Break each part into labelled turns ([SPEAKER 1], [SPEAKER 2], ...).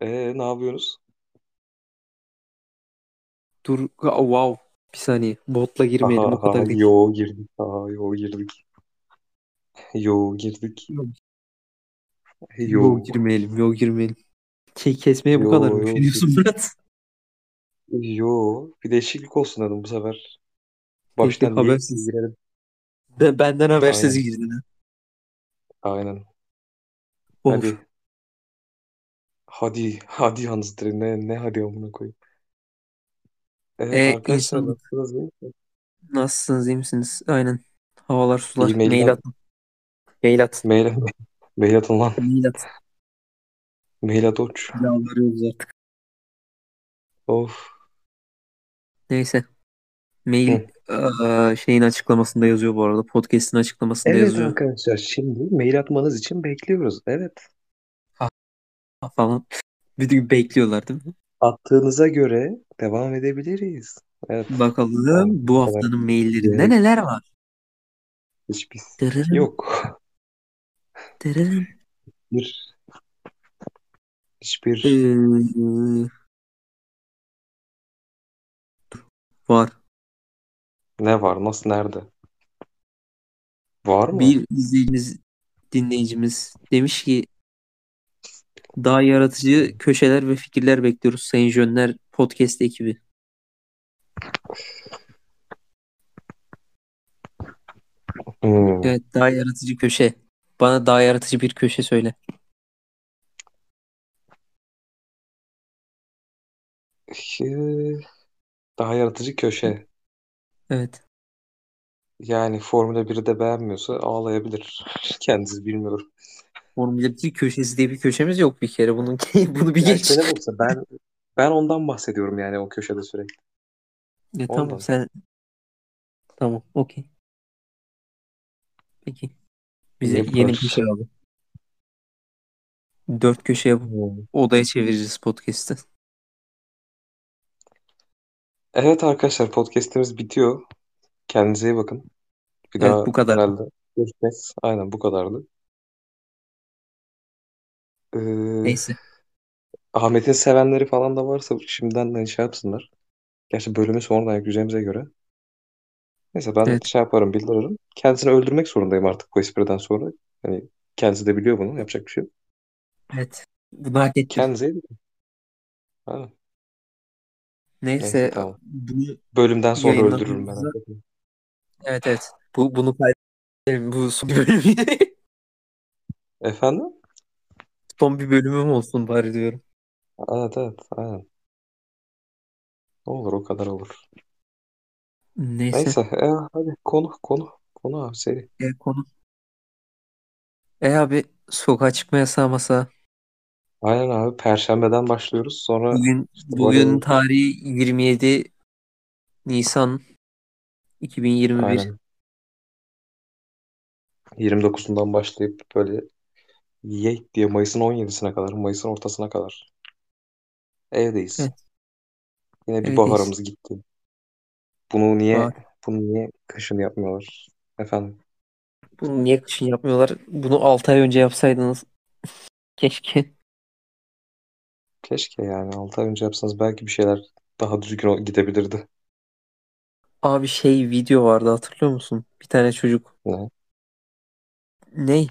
[SPEAKER 1] Ee, ne yapıyorsunuz?
[SPEAKER 2] Dur. Aa, Wow. Bir saniye. Botla
[SPEAKER 1] Aha
[SPEAKER 2] girmeyelim o
[SPEAKER 1] aha
[SPEAKER 2] kadar değil.
[SPEAKER 1] yo girdik. Aha yo girdik. Yo girdik.
[SPEAKER 2] Yok
[SPEAKER 1] Yo
[SPEAKER 2] Yo, girmeyelim. Yo girmeyelim. Şey kesmeye bu
[SPEAKER 1] yo
[SPEAKER 2] kadar mı
[SPEAKER 1] yo
[SPEAKER 2] üşeniyorsun
[SPEAKER 1] girdik.
[SPEAKER 2] Murat?
[SPEAKER 1] Yo bir değişiklik olsun dedim bu sefer.
[SPEAKER 2] Tek tek
[SPEAKER 1] Baştan niye
[SPEAKER 2] habersiz.
[SPEAKER 1] girelim?
[SPEAKER 2] Be- benden habersiz
[SPEAKER 1] Aynen
[SPEAKER 2] girdin. ha.
[SPEAKER 1] aynen.
[SPEAKER 2] Olur.
[SPEAKER 1] Hadi hadi hadi yalnız direkt. ne ne hadi amına koyayım. Ee,
[SPEAKER 2] E
[SPEAKER 1] arkadaşlar
[SPEAKER 2] insan
[SPEAKER 1] nasılsınız? iyi misiniz?
[SPEAKER 2] nasılsınız iyi misiniz? Aynen. Havalar
[SPEAKER 1] İyi
[SPEAKER 2] sular.
[SPEAKER 1] mailden
[SPEAKER 2] Mail at. Mail at.
[SPEAKER 1] mail mail atın lan.
[SPEAKER 2] Mail at.
[SPEAKER 1] Mail at oç.
[SPEAKER 2] Yalvarıyoruz artık.
[SPEAKER 1] Of.
[SPEAKER 2] Neyse.
[SPEAKER 1] Hı.
[SPEAKER 2] Mail aa, şeyin açıklamasında yazıyor bu arada. Podcast'in açıklamasında
[SPEAKER 1] Evet
[SPEAKER 2] yazıyor.
[SPEAKER 1] arkadaşlar şimdi mail atmanız için bekliyoruz. Evet.
[SPEAKER 2] Ha, ha falan. Bir de bekliyorlar değil mi?
[SPEAKER 1] Attığınıza göre devam edebiliriz. Evet. Tamam.
[SPEAKER 2] Bakalım bu
[SPEAKER 1] Bu kadar
[SPEAKER 2] haftanın maillerinde
[SPEAKER 1] gerek
[SPEAKER 2] neler var?
[SPEAKER 1] hiçbir
[SPEAKER 2] Dırırın,
[SPEAKER 1] yok.
[SPEAKER 2] dırırın.
[SPEAKER 1] Bir, hiçbir
[SPEAKER 2] Ee, var.
[SPEAKER 1] ne var? Nasıl? Nerede? Var mı?
[SPEAKER 2] Bir izleyicimiz, dinleyicimiz demiş ki daha yaratıcı köşeler ve fikirler bekliyoruz Sayın Jönler podcast ekibi.
[SPEAKER 1] Hmm.
[SPEAKER 2] Evet daha yaratıcı köşe. Bana daha yaratıcı bir köşe söyle.
[SPEAKER 1] Ee, Daha yaratıcı köşe.
[SPEAKER 2] Evet.
[SPEAKER 1] Yani Formula 1'i de beğenmiyorsa ağlayabilir. Kendisi bilmiyorum.
[SPEAKER 2] Formula 1 köşesi diye bir köşemiz yok bir kere. Bunun bunu bir
[SPEAKER 1] Yani
[SPEAKER 2] geç.
[SPEAKER 1] şöyle olsa ben ben ondan bahsediyorum yani o köşede sürekli.
[SPEAKER 2] Ya tamam
[SPEAKER 1] Ondan.
[SPEAKER 2] sen tamam okey. Peki. Bize yeni bir
[SPEAKER 1] Yaparız.
[SPEAKER 2] şey aldı. Dört köşe yapıp
[SPEAKER 1] Hmm.
[SPEAKER 2] odaya çevireceğiz podcast'ı.
[SPEAKER 1] Evet arkadaşlar podcast'imiz bitiyor. Kendinize iyi bakın. Bir
[SPEAKER 2] Evet
[SPEAKER 1] daha
[SPEAKER 2] bu kadar.
[SPEAKER 1] herhalde görüşeceğiz. Aynen bu kadardı. Ee,
[SPEAKER 2] Neyse.
[SPEAKER 1] Ahmet'in sevenleri falan da varsa şimdiden de şey yapsınlar. Gerçi bölümü sonradan yükleyeceğimize göre. Neyse ben
[SPEAKER 2] Evet.
[SPEAKER 1] şey yaparım bildiririm. Kendisini öldürmek zorundayım artık bu espriden sonra. Hani kendisi de biliyor bunu. Yapacak bir şey yok.
[SPEAKER 2] Evet. Bunu hak ettim.
[SPEAKER 1] Kendinize iyi bakın. Ha, neyse
[SPEAKER 2] Neyse
[SPEAKER 1] tamam.
[SPEAKER 2] bunu
[SPEAKER 1] Bölümden sonra öldürürüm
[SPEAKER 2] yayınladığımızda
[SPEAKER 1] merak etmeyin.
[SPEAKER 2] evet evet. Bu bunu kaydedelim. Bu son bir bölüm.
[SPEAKER 1] Efendim?
[SPEAKER 2] Son bir bölümüm olsun bari diyorum.
[SPEAKER 1] Evet evet aynen. Olur o kadar olur.
[SPEAKER 2] Neyse.
[SPEAKER 1] Neyse e, hadi konu konu. Konu abi seri.
[SPEAKER 2] E, konu. E abi sokağa çıkma yasağı masa.
[SPEAKER 1] Aynen abi Perşembeden başlıyoruz. Sonra
[SPEAKER 2] Bugün
[SPEAKER 1] işte
[SPEAKER 2] bugün
[SPEAKER 1] varıyoruz.
[SPEAKER 2] tarihi 27 Nisan 2021.
[SPEAKER 1] Aynen. 29'undan başlayıp böyle yek diye Mayıs'ın 17'sine kadar, Mayıs'ın ortasına kadar evdeyiz.
[SPEAKER 2] Evet,
[SPEAKER 1] Yine bir
[SPEAKER 2] evdeyiz.
[SPEAKER 1] baharımız gitti. Bunu niye,
[SPEAKER 2] Var.
[SPEAKER 1] bunu niye kışın yapmıyorlar? Efendim,
[SPEAKER 2] Bunu niye kışın yapmıyorlar? Bunu 6 ay önce yapsaydınız keşke.
[SPEAKER 1] keşke yani 6 ay önce yapsanız belki bir şeyler daha düzgün ol- gidebilirdi.
[SPEAKER 2] Abi şey video vardı hatırlıyor musun? Bir tane çocuk.
[SPEAKER 1] Ne?
[SPEAKER 2] Ney?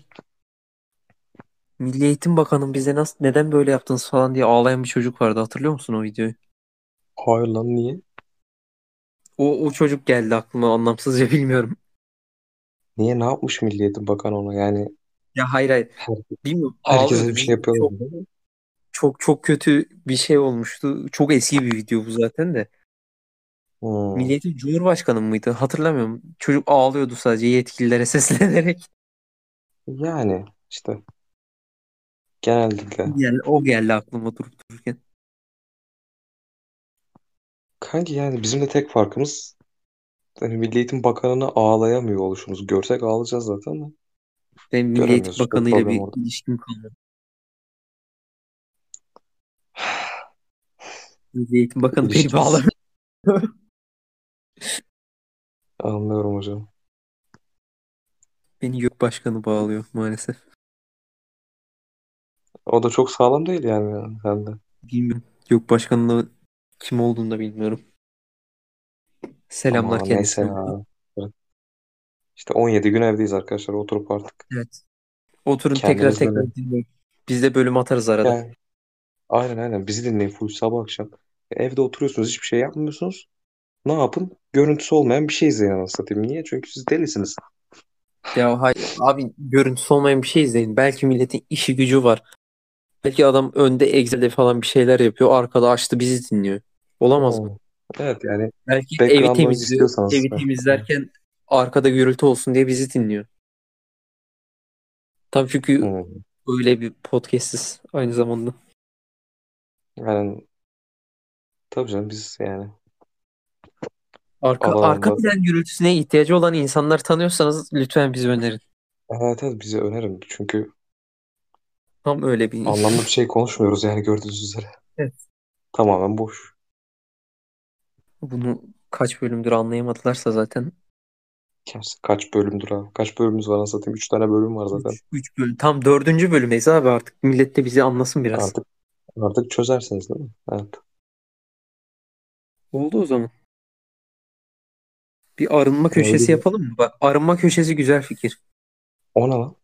[SPEAKER 2] Milli Eğitim Bakanım bize nasıl neden böyle yaptınız falan diye ağlayan bir çocuk vardı. Hatırlıyor musun o videoyu?
[SPEAKER 1] Hayır lan niye?
[SPEAKER 2] O, o çocuk geldi aklıma anlamsızca bilmiyorum.
[SPEAKER 1] Niye ne yapmış Milli Eğitim Bakanı ona? Yani
[SPEAKER 2] Ya hayır hayır.
[SPEAKER 1] her,
[SPEAKER 2] Bilmiyorum
[SPEAKER 1] herkese bir
[SPEAKER 2] ağlıyordu.
[SPEAKER 1] şey
[SPEAKER 2] Bilmiyorum
[SPEAKER 1] yapıyorlar
[SPEAKER 2] çok
[SPEAKER 1] değil mi?
[SPEAKER 2] çok çok kötü bir şey olmuştu. Çok eski bir video bu zaten de.
[SPEAKER 1] Hmm.
[SPEAKER 2] Milliyetin Cumhurbaşkanı mıydı? Hatırlamıyorum. Çocuk ağlıyordu sadece yetkililere seslenerek.
[SPEAKER 1] Yani işte genellikle.
[SPEAKER 2] Yani o geldi aklıma durup dururken.
[SPEAKER 1] Kanki yani bizim de tek farkımız hani Milli Eğitim Bakanı'na ağlayamıyor oluşumuz. Görsek ağlayacağız zaten ama
[SPEAKER 2] Benim Milli Eğitim
[SPEAKER 1] göremiyoruz. Çok
[SPEAKER 2] Bakanı ile
[SPEAKER 1] problem
[SPEAKER 2] bir
[SPEAKER 1] orada.
[SPEAKER 2] ilişkim kalmadı. Milli Eğitim Bakanı beni
[SPEAKER 1] İlişkiniz.
[SPEAKER 2] bağlamıyor.
[SPEAKER 1] Anlıyorum hocam.
[SPEAKER 2] Beni YÖK Başkanı bağlıyor maalesef.
[SPEAKER 1] O da çok sağlam değil yani bende.
[SPEAKER 2] Bilmiyorum. Yok başkanın da kim olduğunu da bilmiyorum. Selamlar
[SPEAKER 1] Ama neyse
[SPEAKER 2] kendisine.
[SPEAKER 1] ya. Evet. İşte 17 gün evdeyiz arkadaşlar. Oturup artık.
[SPEAKER 2] Evet. Oturun tekrar
[SPEAKER 1] Kendiniz
[SPEAKER 2] tekrar
[SPEAKER 1] böyle-
[SPEAKER 2] dinleyin. Biz de bölüm atarız arada.
[SPEAKER 1] Yani, aynen aynen. Bizi dinleyin full sabah akşam. E, Evde oturuyorsunuz. Hiçbir şey yapmıyorsunuz. Ne yapın? Görüntüsü olmayan bir şey izleyin anasını satayım. Niye? Çünkü siz delisiniz.
[SPEAKER 2] Ya hay abi görüntüsü olmayan bir şey izleyin. Belki milletin işi gücü var. Belki adam önde Excel'de falan bir şeyler yapıyor. Arkada açtı bizi dinliyor. Olamaz mı?
[SPEAKER 1] Oo. Evet yani
[SPEAKER 2] Belki evi
[SPEAKER 1] background noise
[SPEAKER 2] temizliyor.
[SPEAKER 1] istiyorsanız.
[SPEAKER 2] Evi
[SPEAKER 1] Ha.
[SPEAKER 2] temizlerken arkada gürültü olsun diye bizi dinliyor. Tam çünkü
[SPEAKER 1] Hı.
[SPEAKER 2] öyle bir podcastiz aynı zamanda.
[SPEAKER 1] Yani tabii canım biz yani
[SPEAKER 2] Arka,
[SPEAKER 1] Alan
[SPEAKER 2] arka
[SPEAKER 1] almaz.
[SPEAKER 2] plan gürültüsüne ihtiyacı olan insanlar tanıyorsanız lütfen bizi önerin.
[SPEAKER 1] evet, evet bize önerin. Çünkü
[SPEAKER 2] Tam öyle bir
[SPEAKER 1] anlamlı bir şey konuşmuyoruz yani gördüğünüz üzere.
[SPEAKER 2] Evet.
[SPEAKER 1] Tamamen boş.
[SPEAKER 2] Bunu kaç bölümdür anlayamadılarsa zaten
[SPEAKER 1] Gerçi Kaç bölümdür abi? Kaç bölümümüz var anasını satayım? 3 tane bölüm var zaten.
[SPEAKER 2] 3, bölüm tam 4. bölümdeyiz abi artık millet de bizi anlasın biraz.
[SPEAKER 1] Artık artık çözersiniz değil mi? Evet.
[SPEAKER 2] Oldu o zaman. Bir arınma köşesi
[SPEAKER 1] Oldu.
[SPEAKER 2] yapalım mı? Bak arınma köşesi güzel fikir.
[SPEAKER 1] O ne lan?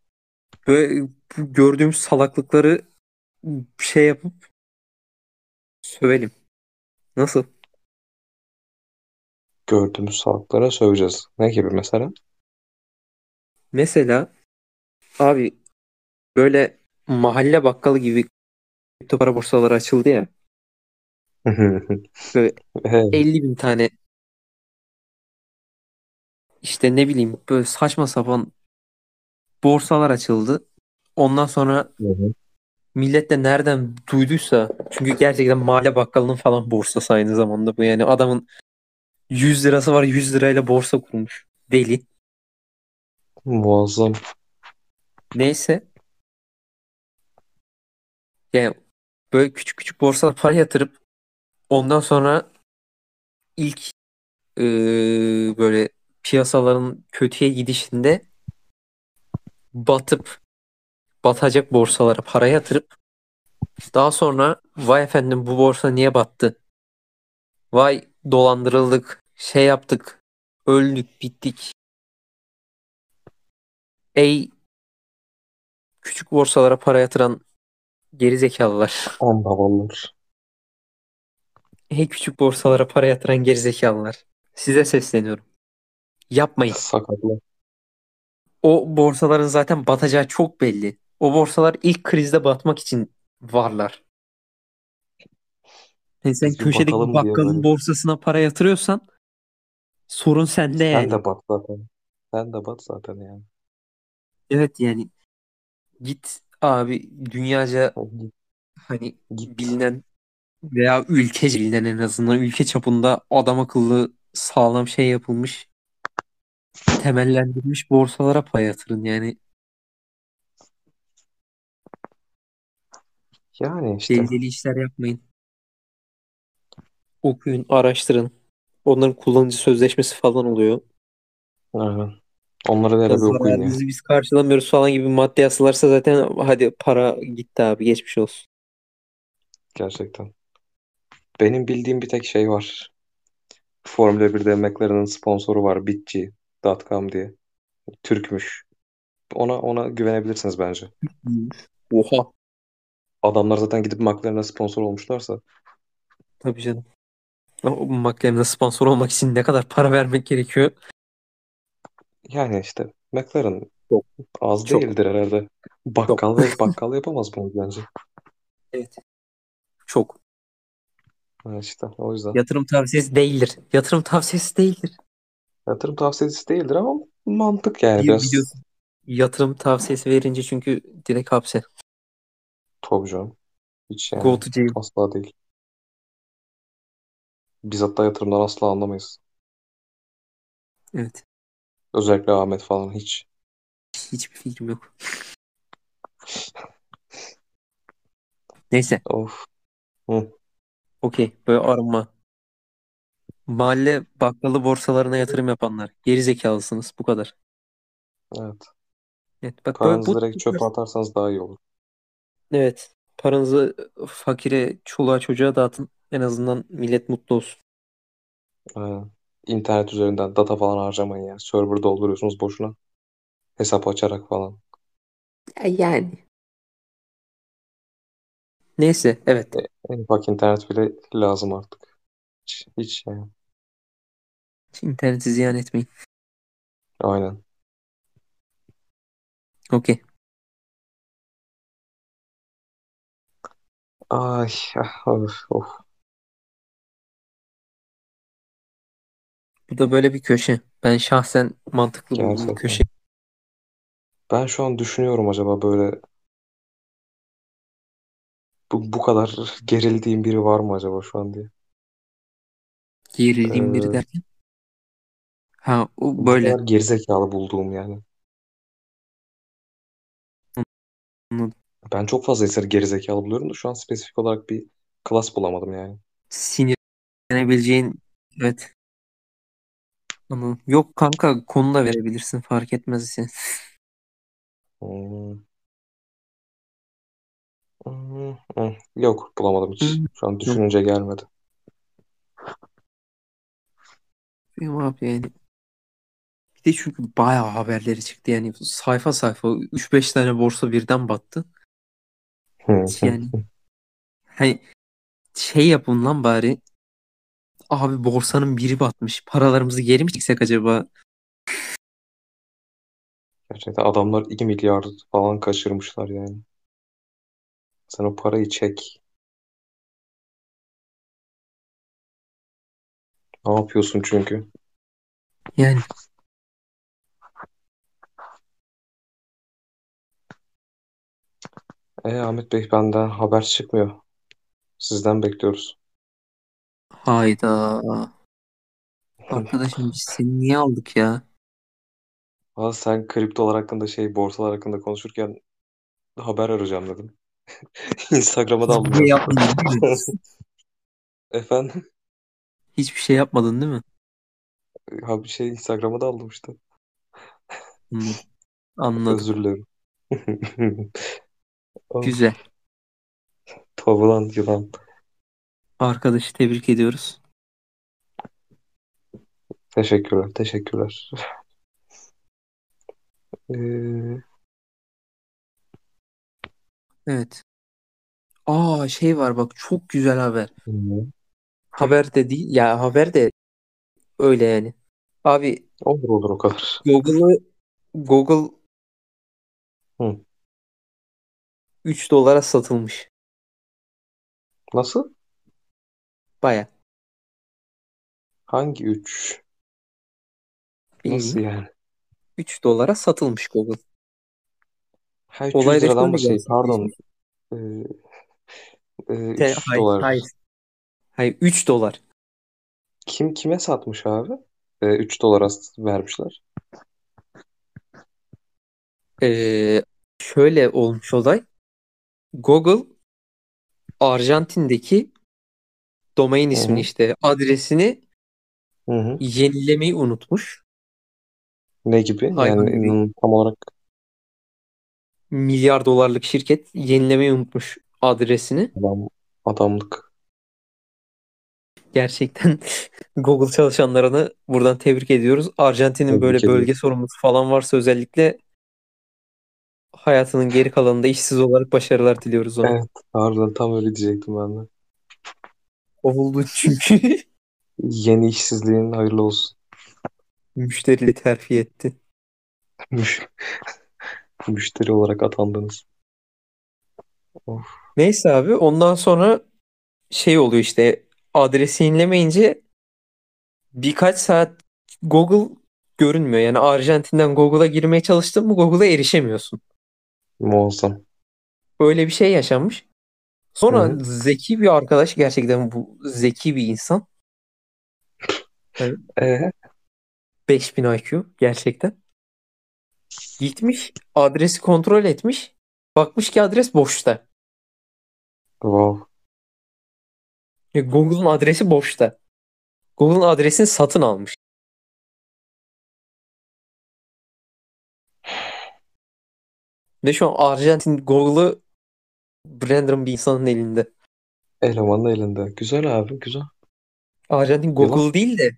[SPEAKER 2] Böyle bu gördüğüm salaklıkları şey yapıp sövelim. Nasıl?
[SPEAKER 1] Gördüğümüz salaklara söveceğiz. Ne gibi mesela?
[SPEAKER 2] Mesela abi böyle mahalle bakkalı gibi kripto para borsaları açıldı ya. Böyle
[SPEAKER 1] He,
[SPEAKER 2] 50 bin tane işte ne bileyim böyle saçma sapan borsalar açıldı. Ondan sonra
[SPEAKER 1] hı hı.
[SPEAKER 2] millet de nereden duyduysa çünkü gerçekten mahalle bakkalının falan borsası aynı zamanda bu yani adamın 100 lirası var 100 lirayla borsa kurmuş. Deli.
[SPEAKER 1] Muazzam.
[SPEAKER 2] Neyse yani böyle küçük küçük borsalara para yatırıp ondan sonra ilk eee, böyle piyasaların kötüye gidişinde batıp batacak borsalara para yatırıp daha sonra vay efendim bu borsa niye battı? Vay dolandırıldık, şey yaptık, öldük, bittik. Ey küçük borsalara para yatıran geri zekalılar.
[SPEAKER 1] Ambavallar.
[SPEAKER 2] Ey küçük borsalara para yatıran geri zekalılar. Size sesleniyorum. Yapmayın.
[SPEAKER 1] Sakatlar.
[SPEAKER 2] O borsaların zaten batacağı çok belli. O borsalar ilk krizde batmak için varlar. Yani sen
[SPEAKER 1] Biz bir
[SPEAKER 2] köşedeki
[SPEAKER 1] bakalım diye
[SPEAKER 2] bakkalın
[SPEAKER 1] böyle.
[SPEAKER 2] borsasına para yatırıyorsan sorun sende
[SPEAKER 1] Sen
[SPEAKER 2] yani.
[SPEAKER 1] de bat zaten. Sen de bat zaten yani.
[SPEAKER 2] Evet yani git abi dünyaca
[SPEAKER 1] Git.
[SPEAKER 2] hani
[SPEAKER 1] git.
[SPEAKER 2] bilinen veya ülkece bilinen en azından ülke çapında adam akıllı sağlam şey yapılmış temellendirilmiş borsalara para yatırın yani
[SPEAKER 1] Yani işte.
[SPEAKER 2] deli deli işler yapmayın. Okuyun, araştırın. Onların kullanıcı sözleşmesi falan oluyor.
[SPEAKER 1] Aynen. Onları da hele
[SPEAKER 2] Ya
[SPEAKER 1] bir okuyun ya.
[SPEAKER 2] zararınızı biz karşılamıyoruz falan gibi madde yazsalarsa zaten hadi para gitti abi geçmiş olsun.
[SPEAKER 1] Gerçekten. Benim bildiğim bir tek şey var. Formula 1'de McLaren'ın sponsoru var. Bitci.com diye. Türkmüş. Ona ona güvenebilirsiniz bence.
[SPEAKER 2] Oha.
[SPEAKER 1] Adamlar zaten gidip McLaren'a sponsor olmuşlarsa.
[SPEAKER 2] Tabii canım. O McLaren'e sponsor olmak için ne kadar para vermek gerekiyor?
[SPEAKER 1] Yani işte McLaren
[SPEAKER 2] Çok.
[SPEAKER 1] az
[SPEAKER 2] Çok.
[SPEAKER 1] değildir herhalde.
[SPEAKER 2] Çok.
[SPEAKER 1] Bakkal ve bakkal yapamaz bunu bence.
[SPEAKER 2] Evet. Çok.
[SPEAKER 1] Ha işte o yüzden.
[SPEAKER 2] Yatırım tavsiyesi değildir. Yatırım tavsiyesi değildir.
[SPEAKER 1] Yatırım tavsiyesi değildir ama mantık yani
[SPEAKER 2] Bir
[SPEAKER 1] biraz.
[SPEAKER 2] biliyorsun. Yatırım tavsiyesi verince çünkü direkt hapse.
[SPEAKER 1] Tabii canım. Hiç
[SPEAKER 2] Go
[SPEAKER 1] yani.
[SPEAKER 2] to jail.
[SPEAKER 1] Asla değil. Biz hatta yatırımdan asla anlamayız.
[SPEAKER 2] Evet.
[SPEAKER 1] Özellikle Ahmet falan hiç.
[SPEAKER 2] Hiçbir fikrim yok. Neyse.
[SPEAKER 1] Of. Hı.
[SPEAKER 2] Okey. Böyle arınma. Mahalle bakkalı borsalarına yatırım yapanlar. Geri zekalısınız. Bu kadar.
[SPEAKER 1] Evet.
[SPEAKER 2] Evet, bak böyle
[SPEAKER 1] Paranızı
[SPEAKER 2] bu
[SPEAKER 1] direkt çöpe atarsanız daha iyi olur.
[SPEAKER 2] Evet. Paranızı fakire, çoluğa, çocuğa dağıtın. En azından millet mutlu olsun.
[SPEAKER 1] Aynen. İnternet üzerinden data falan harcamayın ya. Server dolduruyorsunuz boşuna. Hesap açarak falan.
[SPEAKER 2] Ya Yani. Neyse, evet.
[SPEAKER 1] En ufak internet bile lazım artık. Hiç, hiç yani.
[SPEAKER 2] İnterneti ziyan etmeyin.
[SPEAKER 1] Aynen.
[SPEAKER 2] Okey.
[SPEAKER 1] Ay, ah, of, of.
[SPEAKER 2] Bu da böyle bir köşe. Ben şahsen mantıklı buldum bu
[SPEAKER 1] Gerçekten.
[SPEAKER 2] köşe.
[SPEAKER 1] Ben şu an düşünüyorum acaba böyle bu, bu kadar gerildiğim biri var mı acaba şu an diye.
[SPEAKER 2] Gerildiğim biri
[SPEAKER 1] Ee,
[SPEAKER 2] derken. Ha, o
[SPEAKER 1] Bu
[SPEAKER 2] böyle.
[SPEAKER 1] kadar gerizekalı bulduğum yani.
[SPEAKER 2] Anladım.
[SPEAKER 1] Ben çok fazla eseri gerizekalı buluyorum da şu an spesifik olarak bir klas bulamadım yani.
[SPEAKER 2] Sinirlenebileceğin. Evet. Anladım. Yok kanka konu da verebilirsin fark etmez sen.
[SPEAKER 1] Hmm, hmm, hmm. Yok bulamadım hiç. Şu an
[SPEAKER 2] Yok
[SPEAKER 1] düşününce gelmedi.
[SPEAKER 2] benim abi yani. Bir de çünkü bayağı haberleri çıktı yani sayfa sayfa 3-5 tane borsa birden battı.
[SPEAKER 1] Hı hı.
[SPEAKER 2] Yani hani şey yapın lan bari abi borsanın biri batmış paralarımızı geri mi çeksek acaba?
[SPEAKER 1] Gerçekten adamlar 2 milyar falan kaçırmışlar yani. Sen o parayı çek. Ne yapıyorsun çünkü?
[SPEAKER 2] Yani
[SPEAKER 1] E Ahmet Bey benden haber çıkmıyor. Sizden bekliyoruz.
[SPEAKER 2] hayda arkadaşım biz seni niye aldık ya?
[SPEAKER 1] Valla sen kriptolar hakkında şey borsalar hakkında konuşurken haber arayacağım dedim. Instagram'a da
[SPEAKER 2] Hiçbir
[SPEAKER 1] aldım
[SPEAKER 2] şey
[SPEAKER 1] yazdım.
[SPEAKER 2] yapmadın değil mi?
[SPEAKER 1] Efendim
[SPEAKER 2] Hiçbir şey yapmadın değil mi?
[SPEAKER 1] ha bir şey Instagram'a da aldım işte.
[SPEAKER 2] Hmm, anladım.
[SPEAKER 1] Özür dilerim. Of,
[SPEAKER 2] Güzel.
[SPEAKER 1] tavlan yılan.
[SPEAKER 2] Arkadaşı tebrik ediyoruz.
[SPEAKER 1] Teşekkürler, teşekkürler. Ee,
[SPEAKER 2] Evet. Aa şey var bak çok güzel haber.
[SPEAKER 1] bilmiyorum.
[SPEAKER 2] Haber de değil ya haber de öyle yani. Abi
[SPEAKER 1] olur olur o kadar.
[SPEAKER 2] Google'ı Google
[SPEAKER 1] Hı.
[SPEAKER 2] 3 dolara satılmış.
[SPEAKER 1] Nasıl?
[SPEAKER 2] Baya.
[SPEAKER 1] Hangi üç? Nasıl
[SPEAKER 2] Bilmiyorum.
[SPEAKER 1] yani?
[SPEAKER 2] 3 dolara satılmış Google.
[SPEAKER 1] Ha 300
[SPEAKER 2] Olay resmen
[SPEAKER 1] liradan
[SPEAKER 2] bu
[SPEAKER 1] mı şey? Pardon.
[SPEAKER 2] gerçekleşmiş.
[SPEAKER 1] Ee, e,
[SPEAKER 2] Te-
[SPEAKER 1] 300
[SPEAKER 2] hayır, hayır.
[SPEAKER 1] dolar.
[SPEAKER 2] Hayır 3 dolar.
[SPEAKER 1] Kim kime satmış abi? Ee, 3 dolara s- vermişler.
[SPEAKER 2] Ee, şöyle olmuş olay. Google Arjantin'deki domain
[SPEAKER 1] Hı
[SPEAKER 2] ismini
[SPEAKER 1] hı.
[SPEAKER 2] işte adresini
[SPEAKER 1] Hı hı.
[SPEAKER 2] yenilemeyi unutmuş.
[SPEAKER 1] Ne gibi?
[SPEAKER 2] Hayvan
[SPEAKER 1] Yani
[SPEAKER 2] gibi.
[SPEAKER 1] inan- tam olarak
[SPEAKER 2] Milyar dolarlık şirket yenilemeyi unutmuş adresini.
[SPEAKER 1] adam, adamlık.
[SPEAKER 2] Gerçekten Google çalışanlarını buradan tebrik ediyoruz. Arjantin'in
[SPEAKER 1] Tebrik
[SPEAKER 2] böyle
[SPEAKER 1] ediyorum.
[SPEAKER 2] bölge sorumlusu falan varsa özellikle hayatının geri kalanında işsiz olarak başarılar diliyoruz ona.
[SPEAKER 1] Evet. Harbiden tam öyle diyecektim ben de.
[SPEAKER 2] Oldu çünkü
[SPEAKER 1] Yeni işsizliğin hayırlı olsun.
[SPEAKER 2] müşteri terfi etti.
[SPEAKER 1] Müş- Müşteri olarak atandınız. Of.
[SPEAKER 2] Neyse abi ondan sonra şey oluyor işte adresi yenilemeyince birkaç saat Google görünmüyor. Yani Arjantin'den Google'a girmeye çalıştın mı Google'a erişemiyorsun.
[SPEAKER 1] Muazzam.
[SPEAKER 2] Öyle bir şey yaşanmış.
[SPEAKER 1] Hı
[SPEAKER 2] Sonra
[SPEAKER 1] hı.
[SPEAKER 2] zeki bir arkadaş gerçekten bu zeki bir insan. Yani
[SPEAKER 1] Ee?
[SPEAKER 2] 5000 IQ gerçekten. Gitmiş adresi kontrol etmiş. Bakmış ki adres boşta.
[SPEAKER 1] Wow.
[SPEAKER 2] Ya Google'un adresi boşta. Google'un adresini satın almış. Ve şu an Arjantin Google'ı random bir insanın elinde.
[SPEAKER 1] Elemanın elinde. Güzel abi güzel.
[SPEAKER 2] Arjantin Google değil de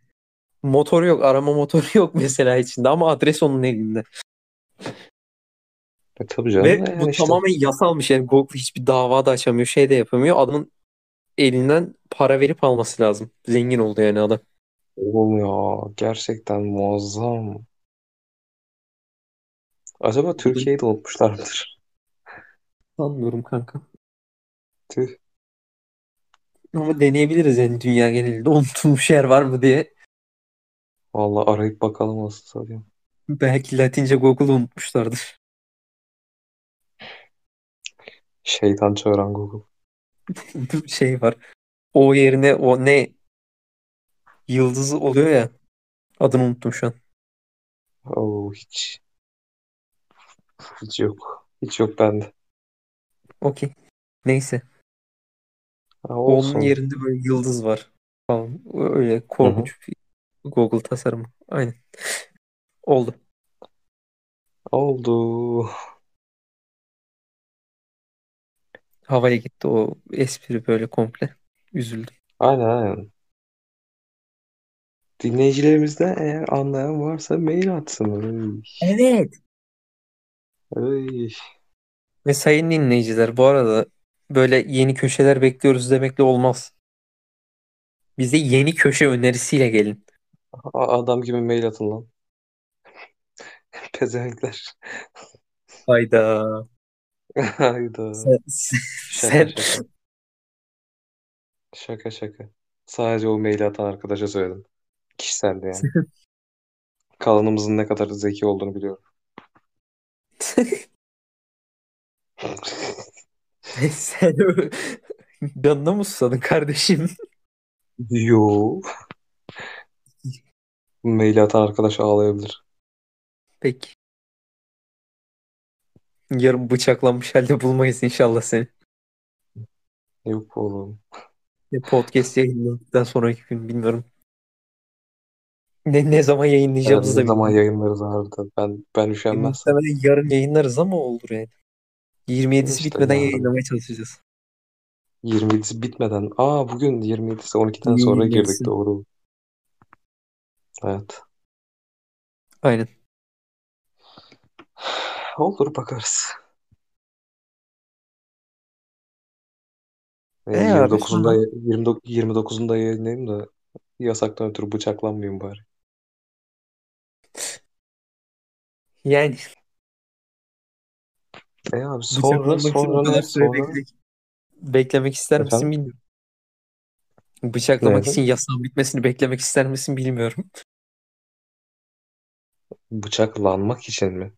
[SPEAKER 2] motor yok. Arama motoru yok mesela içinde ama adres onun elinde.
[SPEAKER 1] E, tabii canım.
[SPEAKER 2] Ve
[SPEAKER 1] yani
[SPEAKER 2] bu
[SPEAKER 1] işte.
[SPEAKER 2] tamamen yasalmış. Yani Google hiçbir dava da açamıyor. Şey de yapamıyor. Adamın elinden para verip alması lazım. Zengin oldu yani adam.
[SPEAKER 1] Oğlum ya gerçekten muazzam. Acaba Türkiye'yi de unutmuşlar mıdır?
[SPEAKER 2] Sanmıyorum kanka.
[SPEAKER 1] Tüh.
[SPEAKER 2] Ama deneyebiliriz yani dünya genelinde unutulmuş yer var mı diye.
[SPEAKER 1] Vallahi arayıp bakalım nasıl satayım.
[SPEAKER 2] Belki Latince Google'u unutmuşlardır.
[SPEAKER 1] Şeytan çağıran Google.
[SPEAKER 2] Şey var. O yerine o ne yıldızı oluyor ya. Adını unuttum şu an.
[SPEAKER 1] Oo, hiç. Hiç yok. Hiç yok bende.
[SPEAKER 2] Okey. Neyse.
[SPEAKER 1] Ha,
[SPEAKER 2] Onun
[SPEAKER 1] olsun.
[SPEAKER 2] yerinde böyle yıldız var. Falan. Öyle korkunç bir Google tasarımı. Aynen. Oldu.
[SPEAKER 1] Oldu.
[SPEAKER 2] Havaya gitti o espri böyle komple. Üzüldüm.
[SPEAKER 1] Aynen aynen. Dinleyicilerimizde eğer anlayan varsa mail atsın.
[SPEAKER 2] Evet.
[SPEAKER 1] Ay, ay.
[SPEAKER 2] Ve sayın dinleyiciler bu arada böyle yeni köşeler bekliyoruz demekle olmaz. Bize yeni köşe önerisiyle gelin.
[SPEAKER 1] A- Adam gibi mail atın lan. Pezevenkler.
[SPEAKER 2] Hayda.
[SPEAKER 1] Hayda.
[SPEAKER 2] Sen,
[SPEAKER 1] Şaka
[SPEAKER 2] sen,
[SPEAKER 1] şaka. Şaka şaka. Sadece o maili atan arkadaşa söyledim. Kişiseldi yani. Kalanımızın ne kadar zeki olduğunu biliyorum.
[SPEAKER 2] sen canına mı susadın kardeşim?
[SPEAKER 1] Yo. Maili atan arkadaş ağlayabilir.
[SPEAKER 2] Peki. Yarın bıçaklanmış halde bulmayız inşallah seni.
[SPEAKER 1] Yok oğlum.
[SPEAKER 2] Ya Podcast yayınladıktan sonraki gün bilmiyorum. Ne, ne zaman
[SPEAKER 1] Evet,
[SPEAKER 2] yayınlayacağımızı da
[SPEAKER 1] ne zaman
[SPEAKER 2] bilmiyorum.
[SPEAKER 1] yayınlarız harbiden. Ben, ben üşenmezsem.
[SPEAKER 2] Muhtemelen yarın yayınlarız ama olur yani. 27'si
[SPEAKER 1] İşte
[SPEAKER 2] bitmeden
[SPEAKER 1] yarın.
[SPEAKER 2] yayınlamaya çalışacağız.
[SPEAKER 1] 27'si bitmeden. Aa bugün 27'si 12'den sonra girdik
[SPEAKER 2] 27'si.
[SPEAKER 1] doğru. Evet.
[SPEAKER 2] Aynen.
[SPEAKER 1] Olur bakarız. Ee,
[SPEAKER 2] E abi,
[SPEAKER 1] 29'unda
[SPEAKER 2] sonra-
[SPEAKER 1] 29 29'unda yayınlayayım da yasaktan ötürü bıçaklanmayayım bari.
[SPEAKER 2] Yani
[SPEAKER 1] E abi sonra
[SPEAKER 2] bıçaklanmak için o
[SPEAKER 1] sonra ne
[SPEAKER 2] kadar süre
[SPEAKER 1] sonra
[SPEAKER 2] beklemek, beklemek ister misin
[SPEAKER 1] Efendim?
[SPEAKER 2] bilmiyorum. Bıçaklamak
[SPEAKER 1] Neden?
[SPEAKER 2] için yasağın bitmesini beklemek ister misin bilmiyorum.
[SPEAKER 1] bıçaklanmak için mi?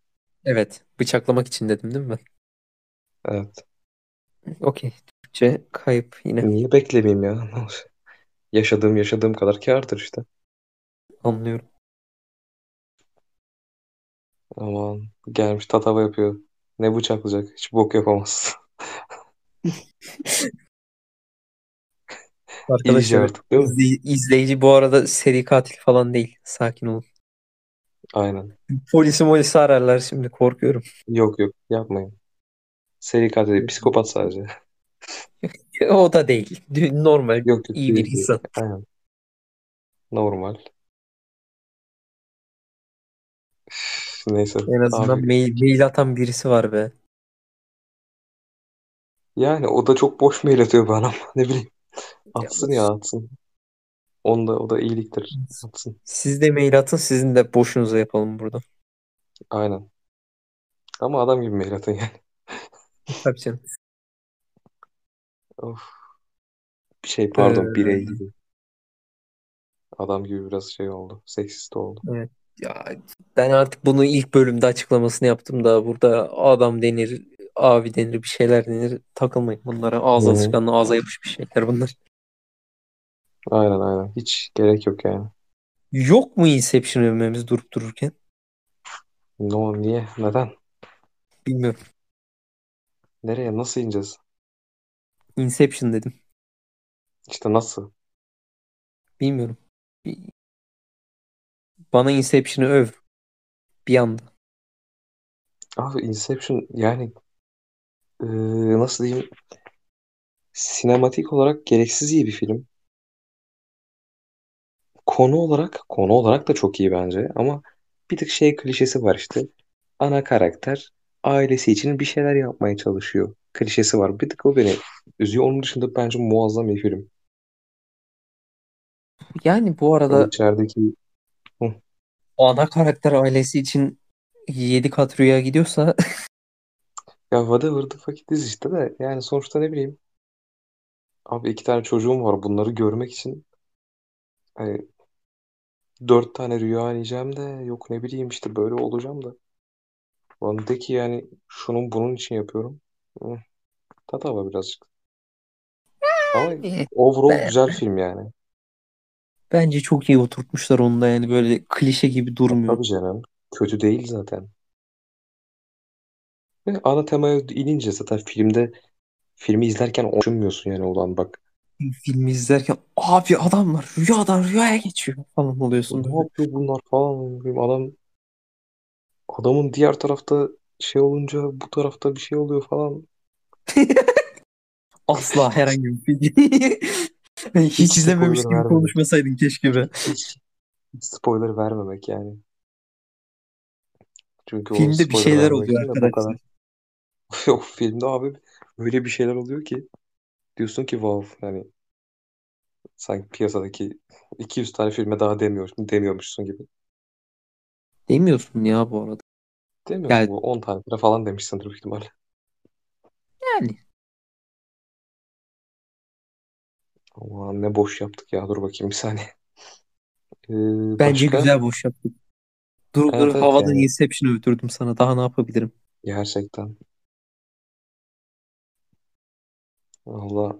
[SPEAKER 2] Evet. Bıçaklamak için dedim değil mi ben?
[SPEAKER 1] Evet.
[SPEAKER 2] Okey. Türkçe kayıp yine.
[SPEAKER 1] Niye beklemeyeyim ya? Ne olacak? Yaşadığım yaşadığım kadar kârdır işte.
[SPEAKER 2] Anlıyorum.
[SPEAKER 1] Aman gelmiş tatava yapıyor. Ne bıçaklayacak? Hiç bok yapamaz. İyice
[SPEAKER 2] Arkadaşlar
[SPEAKER 1] artık değil mi?
[SPEAKER 2] izley- izleyici bu arada seri katil falan değil. Sakin olun.
[SPEAKER 1] Aynen.
[SPEAKER 2] Polisi molisi ararlar şimdi korkuyorum.
[SPEAKER 1] Yok yok yapmayın. Seri katil değil, psikopat sadece.
[SPEAKER 2] O da değil. Dü- Normal
[SPEAKER 1] Yok yok
[SPEAKER 2] iyi bir
[SPEAKER 1] değil, değil.
[SPEAKER 2] insan.
[SPEAKER 1] Aynen. Normal. Üf, Neyse
[SPEAKER 2] En azından
[SPEAKER 1] abi.
[SPEAKER 2] mail, mail atan birisi var be.
[SPEAKER 1] Yani o da çok boş mail atıyor bana ama ne bileyim. Atsın ya
[SPEAKER 2] Ya,
[SPEAKER 1] atsın. Onda o da iyiliktir. Atsın.
[SPEAKER 2] Siz de mail atın sizin de boşunuza yapalım burada.
[SPEAKER 1] Aynen. Ama adam gibi mail atın yani.
[SPEAKER 2] Tabii canım.
[SPEAKER 1] Of. Bir şey pardon
[SPEAKER 2] Ee,
[SPEAKER 1] birey gibi. Adam gibi biraz şey oldu. Seksist oldu.
[SPEAKER 2] Ya, ben artık bunu ilk bölümde açıklamasını yaptım da burada adam denir, abi denir, bir şeyler denir. Takılmayın bunlara. Ağız
[SPEAKER 1] Hı hı.
[SPEAKER 2] alışkanlığı, ağza yapışmış şeyler bunlar.
[SPEAKER 1] Aynen aynen. Hiç gerek yok yani.
[SPEAKER 2] Yok mu Inception övmemiz durup dururken?
[SPEAKER 1] No, niye? Neden?
[SPEAKER 2] Bilmiyorum.
[SPEAKER 1] Nereye? Nasıl ineceğiz?
[SPEAKER 2] Inception dedim.
[SPEAKER 1] İşte nasıl?
[SPEAKER 2] Bilmiyorum. Bir- Bana Inception'ı öv. Bir anda.
[SPEAKER 1] Abi Inception yani e, nasıl diyeyim sinematik olarak gereksiz iyi bir film. Konu olarak konu olarak da çok iyi bence ama bir tık şey klişesi var işte. Ana karakter ailesi için bir şeyler yapmaya çalışıyor. Klişesi var. Bir tık o beni üzüyor. Onun dışında bence muazzam bir film.
[SPEAKER 2] Yani bu
[SPEAKER 1] O
[SPEAKER 2] arada
[SPEAKER 1] içerideki
[SPEAKER 2] o ana karakter ailesi için 7 kat rüya gidiyorsa
[SPEAKER 1] ya whatever the fuck it is işte de yani sonuçta ne bileyim abi iki tane çocuğum var bunları görmek için hani dört tane rüya ineceğim de yok ne bileyim işte böyle olacağım da Lan de ki yani şunun bunun için yapıyorum. Hı, Tat ama birazcık. Ama
[SPEAKER 2] eh,
[SPEAKER 1] overall
[SPEAKER 2] be-
[SPEAKER 1] güzel film yani.
[SPEAKER 2] bence çok iyi oturtmuşlar onu da yani böyle klişe gibi durmuyor.
[SPEAKER 1] Tabii canım. Kötü değil zaten. Ve ana temaya inince zaten filmde filmi izlerken onu düşünmüyorsun yani ulan bak.
[SPEAKER 2] Filmi izlerken abi adamlar rüyadan rüyaya geçiyor falan oluyorsun
[SPEAKER 1] Ne
[SPEAKER 2] böyle.
[SPEAKER 1] yapıyor bunlar falan. Bilmiyorum, Adam adamın diğer tarafta şey olunca bu tarafta bir şey oluyor falan.
[SPEAKER 2] Asla herhangi bir film.
[SPEAKER 1] Hiç
[SPEAKER 2] Hiç izlememiş
[SPEAKER 1] spoiler
[SPEAKER 2] gibi
[SPEAKER 1] vermemek.
[SPEAKER 2] konuşmasaydın keşke be.
[SPEAKER 1] Hiç, hiç spoiler vermemek yani. Çünkü o
[SPEAKER 2] Filmde bir
[SPEAKER 1] spoiler
[SPEAKER 2] şeyler
[SPEAKER 1] vermemek
[SPEAKER 2] oluyor
[SPEAKER 1] için de bu kadar.
[SPEAKER 2] arkadaşlar.
[SPEAKER 1] Yok filmde abi öyle bir şeyler oluyor ki diyorsun ki wow yani sanki piyasadaki 200 tane filme daha demiyor, demiyormuşsun gibi.
[SPEAKER 2] Demiyorsun ya bu arada.
[SPEAKER 1] Demiyorum
[SPEAKER 2] Yani,
[SPEAKER 1] bu 10 tane filme falan demişsindir büyük ihtimalle.
[SPEAKER 2] yani
[SPEAKER 1] Aman ne boş yaptık ya dur bakayım bir saniye. Ee,
[SPEAKER 2] bence
[SPEAKER 1] başka?
[SPEAKER 2] güzel boş yaptık. Dur dur
[SPEAKER 1] Evet evet
[SPEAKER 2] havadan
[SPEAKER 1] yani
[SPEAKER 2] Inception'ı öldürdüm sana. Daha ne yapabilirim?
[SPEAKER 1] gerçekten. Valla.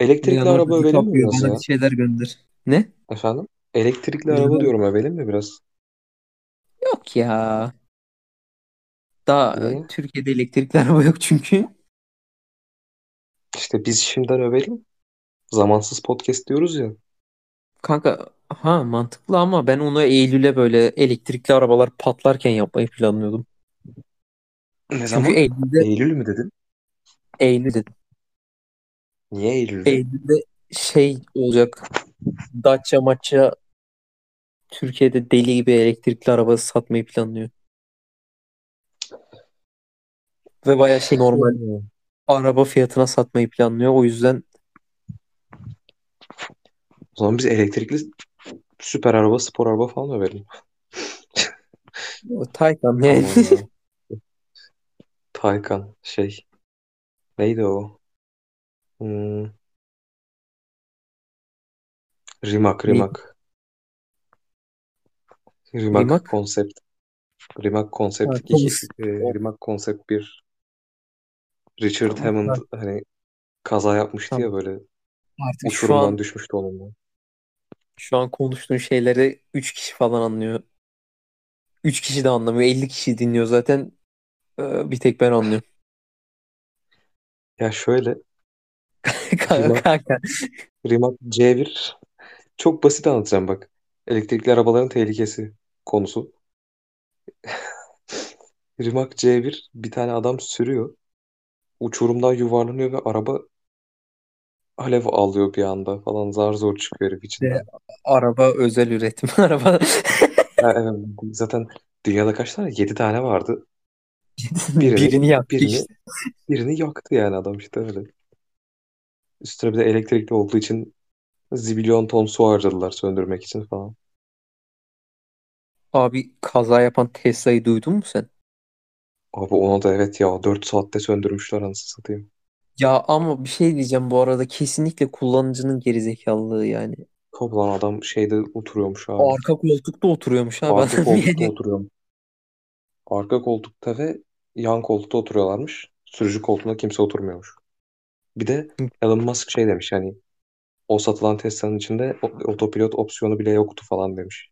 [SPEAKER 1] Elektrikli
[SPEAKER 2] Leonardo
[SPEAKER 1] araba övelim mi
[SPEAKER 2] DiCaprio
[SPEAKER 1] biraz
[SPEAKER 2] bana bir
[SPEAKER 1] ya?
[SPEAKER 2] şeyler gönder. Ne?
[SPEAKER 1] Efendim? Elektrikli araba
[SPEAKER 2] Leonardo.
[SPEAKER 1] diyorum övelim mi biraz?
[SPEAKER 2] Yok ya. Daha e,
[SPEAKER 1] Niye?
[SPEAKER 2] Türkiye'de elektrikli araba yok çünkü.
[SPEAKER 1] İşte biz şimdiden övelim. Zamansız podcast diyoruz ya.
[SPEAKER 2] Kanka ha mantıklı ama ben onu Eylül'e böyle elektrikli arabalar patlarken yapmayı planlıyordum.
[SPEAKER 1] Ne
[SPEAKER 2] Çünkü
[SPEAKER 1] zaman?
[SPEAKER 2] Eylül'de
[SPEAKER 1] Eylül mü dedin?
[SPEAKER 2] Eylül dedim.
[SPEAKER 1] Niye Eylül'de?
[SPEAKER 2] Eylül'de şey olacak. Dacia Macia Türkiye'de deli gibi elektrikli araba satmayı planlıyor. Ve bayağı şey normal
[SPEAKER 1] Hmm.
[SPEAKER 2] araba fiyatına satmayı planlıyor. O yüzden
[SPEAKER 1] O zaman biz elektrikli süper araba, spor araba falan övelim.
[SPEAKER 2] o Taycan yani.
[SPEAKER 1] Aman ya. Taycan şey neydi o? Hmm, Rimac
[SPEAKER 2] Ne?
[SPEAKER 1] Rimac. Rimac
[SPEAKER 2] Rimac?
[SPEAKER 1] konsept. Rimac konsept
[SPEAKER 2] Ha,
[SPEAKER 1] 2.
[SPEAKER 2] Thomas.
[SPEAKER 1] E, Rimac konsept 1. Richard
[SPEAKER 2] Tamam
[SPEAKER 1] Hammond
[SPEAKER 2] tamam.
[SPEAKER 1] hani kaza yapmıştı ya
[SPEAKER 2] tamam.
[SPEAKER 1] böyle
[SPEAKER 2] Artık şu an
[SPEAKER 1] uçurumdan düşmüştü onunla.
[SPEAKER 2] şu an konuştuğun şeyleri 3 kişi falan anlıyor. 3 kişi de anlamıyor. 50 kişi dinliyor zaten. Ee, bir tek ben anlıyorum.
[SPEAKER 1] Ya şöyle
[SPEAKER 2] Kanka,
[SPEAKER 1] Rimac,
[SPEAKER 2] kanka.
[SPEAKER 1] Rimac C1 çok basit anlatacağım bak. Elektrikli arabaların tehlikesi konusu. Rimac C1 bir tane adam sürüyor. Uçurumdan yuvarlanıyor ve araba alev alıyor bir anda falan zar zor çıkıyor herif
[SPEAKER 2] İşte
[SPEAKER 1] içinden.
[SPEAKER 2] araba özel üretim araba.
[SPEAKER 1] Ha, evet, zaten dünyada kaç tane? 7 tane vardı. Birini
[SPEAKER 2] Birini yaptı
[SPEAKER 1] birini
[SPEAKER 2] işte.
[SPEAKER 1] birini yaktı yani adam işte öyle. Üstüne bir de elektrikli olduğu için zibilyon ton su harcadılar söndürmek için falan.
[SPEAKER 2] Abi kaza yapan Tesla'yı duydun mu sen?
[SPEAKER 1] Abi ona da evet ya 4 saatte söndürmüşler anasını satayım.
[SPEAKER 2] Ya ama bir şey diyeceğim bu arada kesinlikle kullanıcının gerizekalılığı yani.
[SPEAKER 1] Toplan adam şeyde oturuyormuş abi.
[SPEAKER 2] Arka koltukta oturuyormuş abi
[SPEAKER 1] Arka
[SPEAKER 2] adam
[SPEAKER 1] koltukta
[SPEAKER 2] yani.
[SPEAKER 1] oturuyormuş. Arka koltukta ve yan koltukta oturuyorlarmış. Sürücü koltuğunda kimse oturmuyormuş. Bir de Elon Musk şey demiş hani O satılan Tesla'nın içinde o- otopilot opsiyonu bile yoktu falan demiş.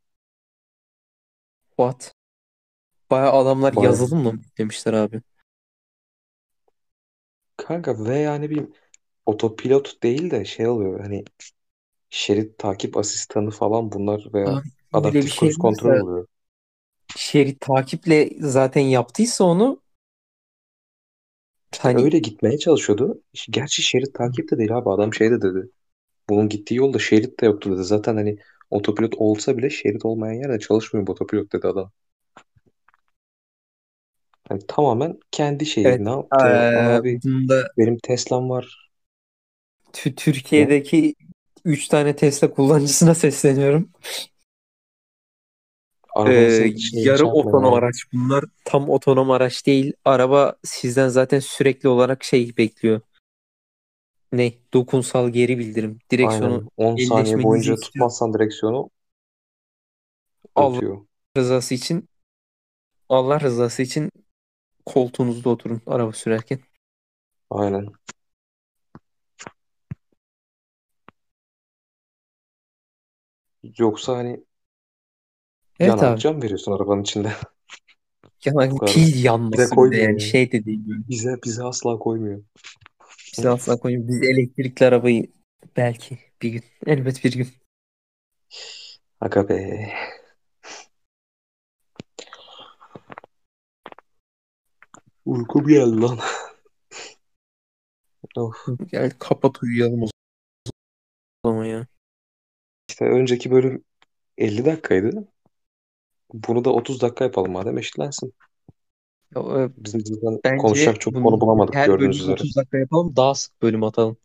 [SPEAKER 2] What? Baya adamlar
[SPEAKER 1] Bayağı.
[SPEAKER 2] yazılımla mı demişler abi.
[SPEAKER 1] Kanka ve yani bir otopilot değil de şey oluyor hani şerit takip asistanı falan bunlar veya
[SPEAKER 2] Abi öyle bir
[SPEAKER 1] adaptif
[SPEAKER 2] şey
[SPEAKER 1] cruise kontrol
[SPEAKER 2] varsa
[SPEAKER 1] oluyor.
[SPEAKER 2] şerit takiple zaten yaptıysa onu Hani
[SPEAKER 1] Öyle gitmeye çalışıyordu. Gerçi şerit takip de değil abi. Adam şey de dedi. Bunun gittiği yolda şerit de yoktu dedi. Zaten hani otopilot olsa bile şerit olmayan yerde çalışmıyor bu otopilot dedi adam. Yani tamamen kendi şeyi.
[SPEAKER 2] Evet.
[SPEAKER 1] Ne yaptı?
[SPEAKER 2] eee,
[SPEAKER 1] Abi
[SPEAKER 2] bunda
[SPEAKER 1] benim Tesla'm var.
[SPEAKER 2] Tü- Türkiye'deki 3 tane Tesla kullanıcısına sesleniyorum.
[SPEAKER 1] Arabanızın
[SPEAKER 2] Ee,
[SPEAKER 1] içine
[SPEAKER 2] yarı
[SPEAKER 1] şey yapmayın
[SPEAKER 2] otonom
[SPEAKER 1] abi.
[SPEAKER 2] araç bunlar. Tam otonom araç değil. Araba sizden zaten sürekli olarak şey bekliyor. Ne? Dokunsal geri bildirim. Direksiyonu
[SPEAKER 1] Aynen. 10 saniye
[SPEAKER 2] elleşmenizi
[SPEAKER 1] boyunca
[SPEAKER 2] istiyor.
[SPEAKER 1] tutmazsan direksiyonu
[SPEAKER 2] Allah
[SPEAKER 1] ötüyor.
[SPEAKER 2] rızası için Allah rızası için koltuğunuzda oturun araba sürerken.
[SPEAKER 1] Aynen. Yoksa hani
[SPEAKER 2] Evet abi.
[SPEAKER 1] yanakcan veriyorsun arabanın içinde. Bu
[SPEAKER 2] Yani
[SPEAKER 1] kadar.
[SPEAKER 2] pil
[SPEAKER 1] Bir de
[SPEAKER 2] yanması bir de
[SPEAKER 1] koymuyor
[SPEAKER 2] yani
[SPEAKER 1] ya.
[SPEAKER 2] şey de değil. böyle.
[SPEAKER 1] Bize, bize asla koymuyor.
[SPEAKER 2] Biz aslında koyayım. Biz elektrikli arabayı belki bir gün. Elbet bir gün.
[SPEAKER 1] Aga be. Uyku bir geldi lan. Of.
[SPEAKER 2] Yani kapat uyuyalım o zaman ya.
[SPEAKER 1] İşte önceki bölüm 50 dakikaydı. Bunu da 30 dakika yapalım madem eşitlensin.
[SPEAKER 2] Ya, e,
[SPEAKER 1] Bizim zaten
[SPEAKER 2] Bence
[SPEAKER 1] konuşacak çok konu
[SPEAKER 2] bunu
[SPEAKER 1] bulamadık
[SPEAKER 2] her
[SPEAKER 1] gördüğünüz
[SPEAKER 2] bölümü
[SPEAKER 1] üzere.
[SPEAKER 2] 30 dakika yapalım. Daha sık bölüm atalım.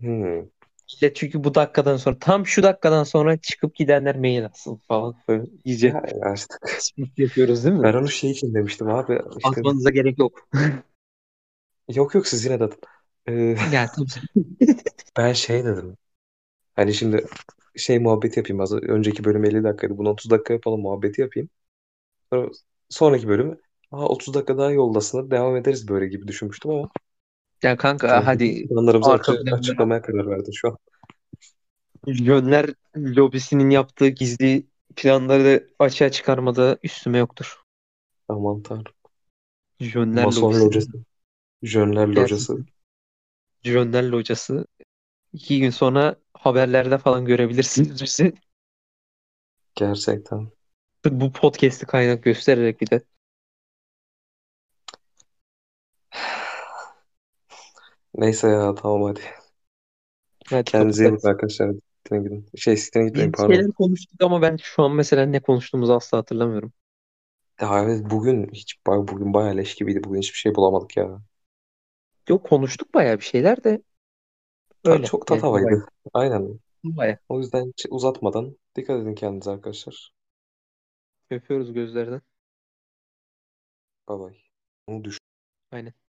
[SPEAKER 1] Hmm.
[SPEAKER 2] İşte çünkü bu dakikadan sonra tam şu dakikadan sonra çıkıp gidenler mail atsın falan. Böyle iyice
[SPEAKER 1] Ya, ya işte.
[SPEAKER 2] split yapıyoruz değil mi?
[SPEAKER 1] Ben onu şey için demiştim abi. İşte
[SPEAKER 2] Atmanıza gerek yok.
[SPEAKER 1] yok yok siz yine de atın. Ee,
[SPEAKER 2] Yani tabii.
[SPEAKER 1] ben şey dedim. Hani şimdi şey muhabbeti yapayım. Az önceki bölüm 50 dakikaydı. Bunu 30 dakika yapalım muhabbeti yapayım. Sonra sonraki bölümü Aa, 30 dakika daha yoldasın. Devam ederiz böyle gibi düşünmüştüm ama
[SPEAKER 2] Ya kanka
[SPEAKER 1] sanki
[SPEAKER 2] hadi
[SPEAKER 1] planlarımızı
[SPEAKER 2] arka
[SPEAKER 1] açı-
[SPEAKER 2] planlar
[SPEAKER 1] açıklamaya karar verdin şu an.
[SPEAKER 2] yönler lobisinin yaptığı gizli planları açığa çıkarmada üstüme yoktur.
[SPEAKER 1] Aman tanrım.
[SPEAKER 2] Yönler
[SPEAKER 1] Mason
[SPEAKER 2] lobisinin
[SPEAKER 1] locası. Jönler locası.
[SPEAKER 2] gerçekten Jönler locası. İki gün sonra haberlerde falan görebilirsiniz bizi.
[SPEAKER 1] Gerçekten.
[SPEAKER 2] Bu podcast'i kaynak göstererek bir de.
[SPEAKER 1] Neyse ya tamam hadi.
[SPEAKER 2] Hadi
[SPEAKER 1] Kendinize iyi
[SPEAKER 2] kapat.
[SPEAKER 1] bakın arkadaşlar. Gitmeyin gidin. Şey sitene gitmeyin
[SPEAKER 2] Bir
[SPEAKER 1] pardon.
[SPEAKER 2] şeyler konuştuk ama ben şu an mesela ne konuştuğumuzu asla hatırlamıyorum.
[SPEAKER 1] Ya evet bugün hiç bay- bugün bayağı leş gibiydi. Bugün hiçbir şey bulamadık ya.
[SPEAKER 2] Yok konuştuk bayağı bir şeyler de
[SPEAKER 1] Ta-
[SPEAKER 2] öyle.
[SPEAKER 1] çok tat
[SPEAKER 2] Yani havaya.
[SPEAKER 1] havaydı. Aynen.
[SPEAKER 2] Havaya.
[SPEAKER 1] O yüzden hiç uzatmadan dikkat edin kendinize arkadaşlar.
[SPEAKER 2] Öpüyoruz gözlerden.
[SPEAKER 1] Bay bay. Bunu düş-
[SPEAKER 2] Aynen.